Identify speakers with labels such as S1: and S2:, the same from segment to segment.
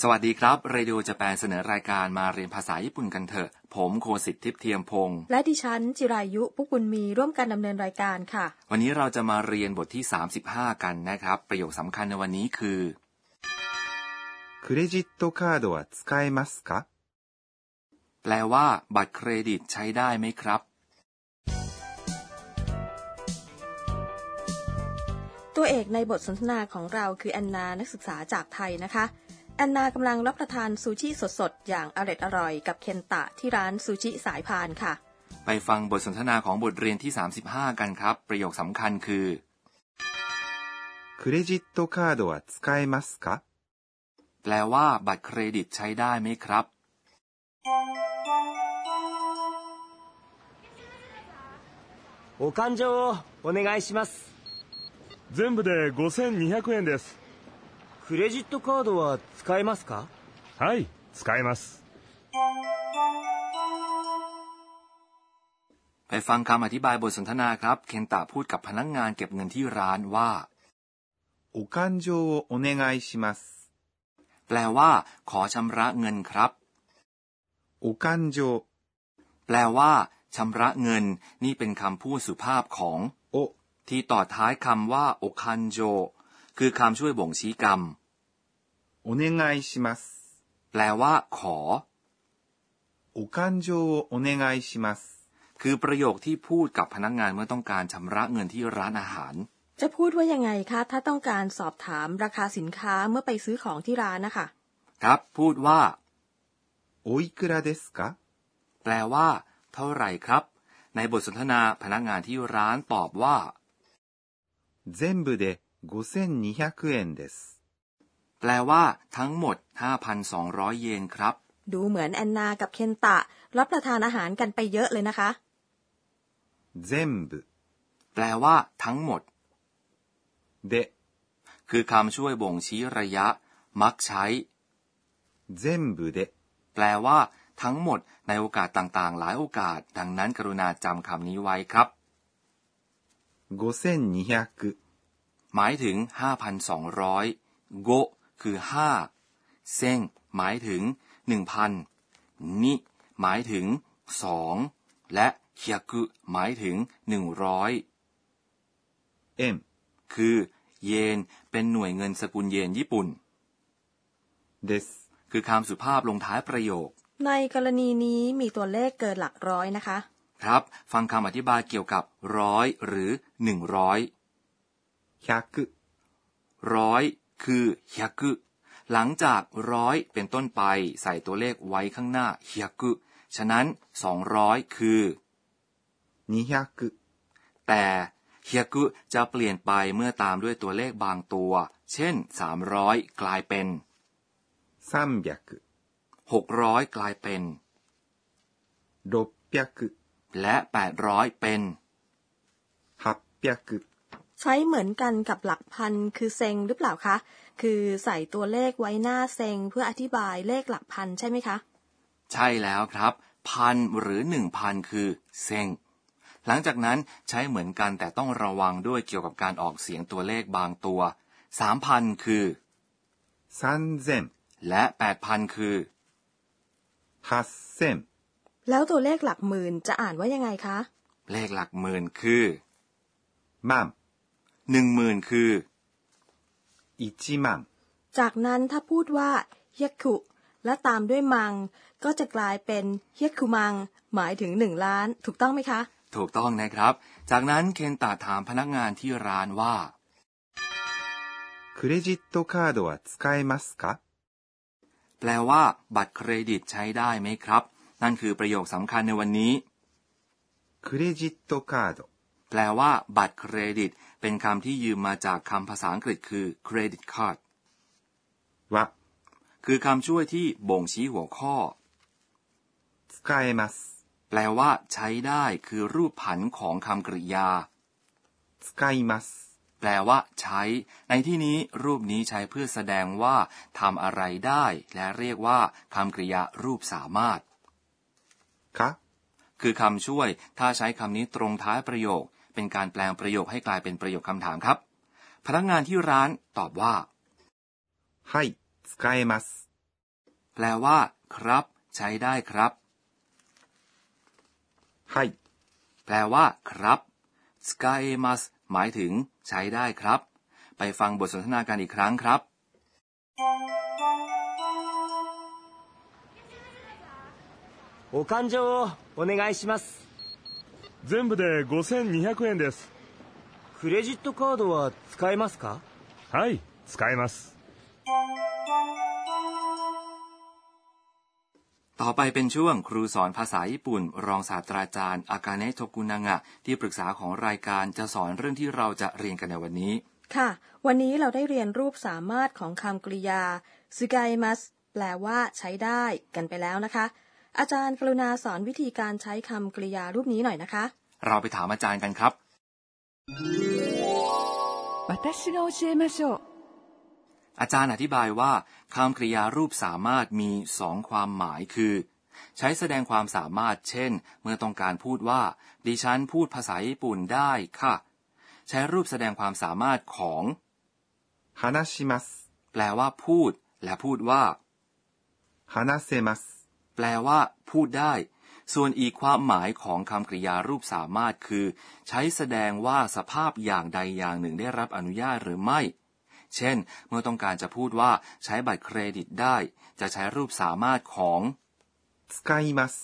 S1: สวัสดีครับ เรดิโอจะแปลเสนอรายการมาเรียนภาษาญี่ปุ่นกันเถอะ ผมโคสิทธิ์ทิพย์เทียมพงศ์
S2: และดิฉัน จิรายุพุกุลมีร่วมกันดำเนินรายการค่ะ
S1: วันนี้เราจะมาเรียนบทที่ 35 กันนะครับ ประโยคสำคัญในวันนี้คือ
S3: クレジットカードは使えますか
S1: แปลว่า บัตรเครดิตใช้ได้ไหมครับ
S2: ตัวเอกในบทสนทนาของเราคือแอนนานักศึกษาจากไทยนะคะ แอนนากำลังรับประทานซูชิสดๆ อย่างอร่อยอร่อยๆกับเคนตะที่ร้านซูชิสายพานค่ะ
S1: ไปฟังบทสนทนาของบทเรียนที่ 35 กันครับ ประโยคสำคัญคือ
S3: クレジットカードは使えますか
S1: แปลว่า บัตรเครดิตใช้ได้ไหมครับ
S4: お勘定をお願いします
S5: 全部で5200円です
S4: クレジットカードは使えますか
S5: はい使えます
S1: ไปฟังคำอธิบายบทสนทนาครับ เคนตะพูดกับพนักงงานเก็บเงินที่ร้านว่า
S3: お勘定をお願いします。
S1: แปลว่า ขอชำระเงินครับ
S3: お勘定
S1: แปลว่าชำระเงิน นี่เป็นคำพูดสุภาพของ
S3: を
S1: ที่ต่อท้ายคำว่าโอคันโจ คือคำช่วยบ่งชี้กรรม
S3: お願いします。
S1: แปลว่า ขอ
S3: お勘定をお願いします。
S1: คือประโยคที่พูดกับพนักงานเมื่อต้องการชำระเงินที่ร้านอาหาร
S2: จะพูดว่ายังไงคะถ้าต้องการสอบถามราคาสินค้าเมื่อไปซื้อของที่ร้านนะคะ
S1: ครับ พูดว่า
S3: おいくらですか
S1: แปลว่า เท่าไหร่ครับ ในบทสนทนาพนักงานที่ร้านตอบว่า
S3: 全部で5200円です。
S1: แปลว่า ทั้งหมด 5,200 เยนครับ
S2: ดูเหมือนแอนนากับเคนตะ รับประทานอาหารกันไปเยอะเลยนะคะ
S3: 全部
S1: แปลว่า ทั้งหมด
S3: で
S1: คือคำช่วยบ่งชี้ระยะ มักใช้
S3: 全部で
S1: แปลว่า ทั้งหมด ในโอกาสต่างๆ หลายโอกาส ดังนั้นกรุณาจำคำนี้ไว้ครับ
S3: 5200
S1: หมายถึง 5,200 โกะคือ 5 เซงหมายถึง 1,000 นิหมายถึง 2 และเฮียกุหมายถึง 100
S3: 円
S1: คือ เยน เป็นหน่วยเงินสกุลเยนญี่ปุ่น
S3: です。
S1: คือคำสุภาพลงท้ายประโยค
S2: ในกรณีนี้มีตัวเลขเกินหลักร้อยนะคะ
S1: ครับ ฟังคำอธิบายเกี่ยวกับร้อยหรือ 100
S3: 100
S1: ร้อยคือเฮียกุหลังจากร้อยเป็นต้นไปใส่ตัวเลขไว้ข้างหน้าเฮียกุฉะนั้น 200 คือ
S3: 200
S1: แต่เฮียกุจะเปลี่ยนไปเมื่อตามด้วยตัวเลขบางตัว เช่น 300 กลายเป็น
S3: 300
S1: 600 กลายเป็น
S3: 600
S1: และ 800 เป็น
S3: 800
S2: ใช้เหมือนกันกับหลักพันคือเซงหรือเปล่าคะ คือใส่ตัวเลขไว้หน้าเซงเพื่ออธิบายเลขหลักพันใช่ไหมคะ
S1: ใช่แล้วครับ พันหรือ 1,000 คือเซงหลังจากนั้นใช้เหมือนกันแต่ต้องระวังด้วยเกี่ยวกับการออกเสียงตัวเลขบางตัว 3,000 คือ
S3: 3000
S1: และ 8,000 คือ
S3: 8000
S2: แล้วตัวเลขหลักหมื่นจะอ่านว่ายังไงคะ
S1: เลขหลักหมื่นคือ
S3: 万
S1: 10,000 คือ
S3: 1万
S2: จากนั้นถ้าพูดว่าเฮยคุและตามด้วยมัง ก็จะกลายเป็นเฮยคุมัง หมายถึงหนึ่งล้าน ถูกต้องไหมคะ
S1: ถูกต้องนะครับ จากนั้นเคนตาถามพนักงานที่ร้านว่า
S3: クレジットカードは使えますか
S1: แปลว่า บัตรเครดิตใช้ได้ไหมครับ นั่นคือประโยคสำคัญในวันนี้
S3: クレジットカード
S1: แปลว่า บัตรเครดิต เป็นคำที่ยืมมาจากคำภาษาอังกฤษคือ credit card
S3: は
S1: คือคำช่วยที่บ่งชี้หัวข้อ
S3: 使えます
S1: แปลว่า ใช้ได้คือรูปผันของคำกริยา
S3: 使います
S1: แปลว่า ใช้ ในที่นี้รูปนี้ใช้เพื่อแสดงว่าทำอะไรได้ และเรียกว่าคำกริยารูปสามารถ
S3: か
S1: คือคำช่วย ถ้าใช้คำนี้ตรงท้ายประโยค เป็นการแปลงประโยคให้กลายเป็นประโยคคำถามครับ พนักงานที่ร้านตอบว่า
S3: はい使えます
S1: แปลว่า ครับ ใช้ได้ครับ
S3: はい、
S1: แปลว่า ครับ使えますหมายถึง ใช้ได้ครับ ไปฟังบทสนทนากันอีกครั้งครับ
S4: お勘定をお願いします
S5: 全部で5200円です
S4: クレジットカードは使えますか
S5: はい使えます
S1: ต่อไปเป็นช่วงครูสอนภาษาญี่ปุ่น รองศาสตราจารย์ อากาเนะโทกุนางะ ที่ปรึกษาของรายการจะสอนเรื่องที่เราจะเรียนกันในวันนี้
S2: ค่ะ วันนี้เราได้เรียนรูปสามารถของคำกริยาส u ก a ยมัสแปลว่าใช้ได้กันไปแล้วนะคะ อาจารย์กรุณาสอนวิธีการใช้คำกริยารูปนี้หน่อยนะคะ
S1: เราไปถามอาจารย์กันครับ
S6: 私が教えましょう
S1: อาจารย์อธิบายว่าคำกริยารูปสามารถมีสองความหมายคือ ใช้แสดงความสามารถ เช่น เมื่อต้องการพูดว่า ดิฉันพูดภาษาญี่ปุ่นได้ค่ะ ใช้รูปแสดงความสามารถของ
S3: 話します、
S1: แปลว่า พูด และพูดว่า
S3: 話せます、
S1: แปลว่า พูดได้ ส่วนอีกความหมายของคำกริยารูปสามารถคือ ใช้แสดงว่าสภาพอย่างใดอย่างหนึ่งได้รับอนุญาตหรือไม่ เช่น เมื่อต้องการจะพูดว่าใช้บัตรเครดิตได้ จะใช้รูปสามารถของ
S3: 使います、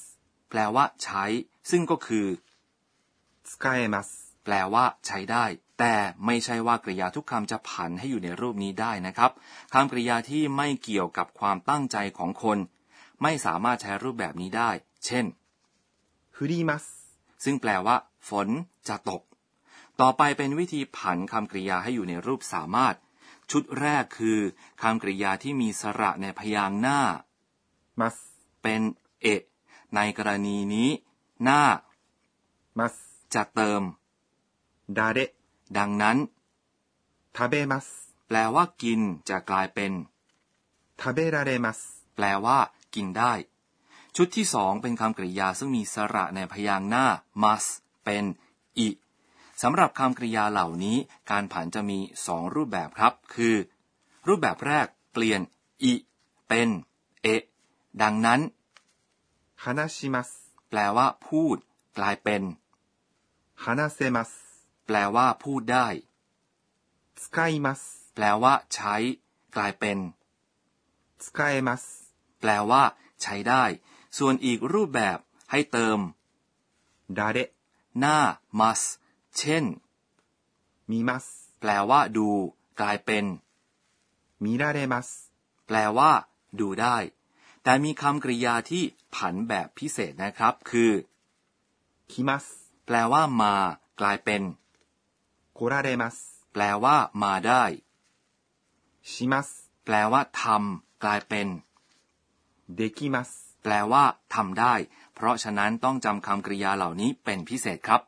S1: แปลว่า ใช้ ซึ่งก็คือ
S3: 使えます、
S1: แปลว่า ใช้ได้ แต่ไม่ใช่ว่ากริยาทุกคำจะผันให้อยู่ในรูปนี้ได้นะครับคำกริยาที่ไม่เกี่ยวกับความตั้งใจของคน ไม่สามารถใช้รูปแบบนี้ได้ เช่น
S3: 振ります、
S1: ซึ่งแปลว่า ฝนจะตก ต่อไปเป็นวิธีผันคำกริยาให้อยู่ในรูปสามารถ ชุดแรกคือคำกริยาที่มีสระในพยางค์หน้า
S3: ます、
S1: เป็นเอะในกรณีนี้ หน้า
S3: ます、
S1: จะเติม
S3: 誰、
S1: ดังนั้น
S3: 食べます、
S1: แปลว่ากินจะกลายเป็น
S3: 食べられます、
S1: แปลว่า กินได้ ชุดที่สองเป็นคำกริยาซึ่งมีสระในพยางค์หน้า must เป็นอิสำหรับคำกริยาเหล่านี้ การผันจะมีสองรูปแบบครับ คือ รูปแบบแรกเปลี่ยนอิเป็นเอะดังนั้น
S3: 話します、
S1: แปลว่า พูด กลายเป็น
S3: 話せます、
S1: แปลว่า พูดได้
S3: 使います、
S1: แปลว่า ใช้ กลายเป็น
S3: 使えます、
S1: แปลว่า ใช้ได้ ส่วนอีกรูปแบบให้เติม
S3: 誰、
S1: หน้า must เช่น
S3: 見ます、
S1: แปลว่า ดู กลายเป็น
S3: 見られます、
S1: แปลว่า ดูได้ แต่มีคำกริยาที่ผันแบบพิเศษนะครับ คือ
S3: 来ます、
S1: แปลว่า มา กลายเป็น
S3: 来られます、
S1: แปลว่า มาได้
S3: します、
S1: แปลว่าทำกลายเป็น
S3: できます、
S1: แปลว่าทำได้ เพราะฉะนั้นต้องจำคำกริยาเหล่านี้เป็นพิเศษครับ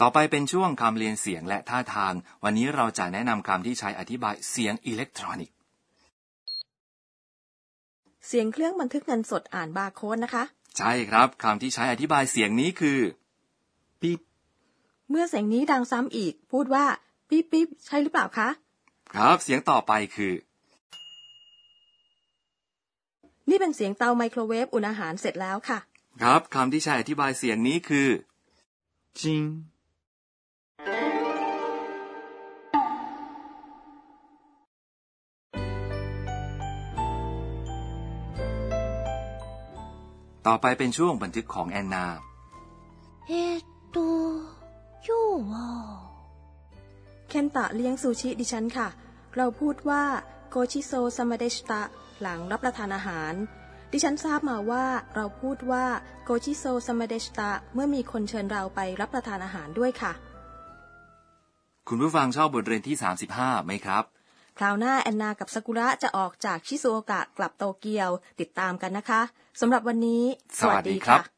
S1: ต่อไปเป็นช่วงคำเรียนเสียงและท่าทาง วันนี้เราจะแนะนำคำที่ใช้อธิบายเสียงอิเล็กทรอนิกส์
S2: เสียงเครื่องบันทึกเงินสดอ่านบาร์โค้ดนะคะ
S1: ใช่ครับคำที่ใช้อธิบายเสียงนี้คือ
S3: ピッ、
S2: เมื่อเสียงนี้ดังซ้ำอีก พูดว่าปิ๊บปิ๊บใช่หรือเปล่าคะ
S1: ครับเสียงต่อไปคือ
S2: นี่เป็นเสียงเตาไมโครเวฟอุ่นอาหารเสร็จแล้วค่ะ
S1: ครับคำที่ใช้อธิบายเสียงนี้คือ
S3: チン、
S1: ต่อไปเป็นช่วงบันทึกของแอนนา
S7: えーっと、今日は、
S2: เคนตะเลี้ยงซูชิดิฉันค่ะ เราพูดว่าโกชิโซซามาเดชตะหลังรับประทานอาหาร ดิฉันทราบมาว่าเราพูดว่าโกชิโซซามาเดชตะเมื่อมีคนเชิญเราไปรับประทานอาหารด้วยค่ะ
S1: คุณผู้ฟังชอบบทเรียนที่ 35 ไหมครับ
S2: คราวหน้าแอนนากับซากุระจะออกจากชิซูโอกะกลับโตเกียวติดตามกันนะคะสำหรับวันนี้
S1: สวัสดีครับ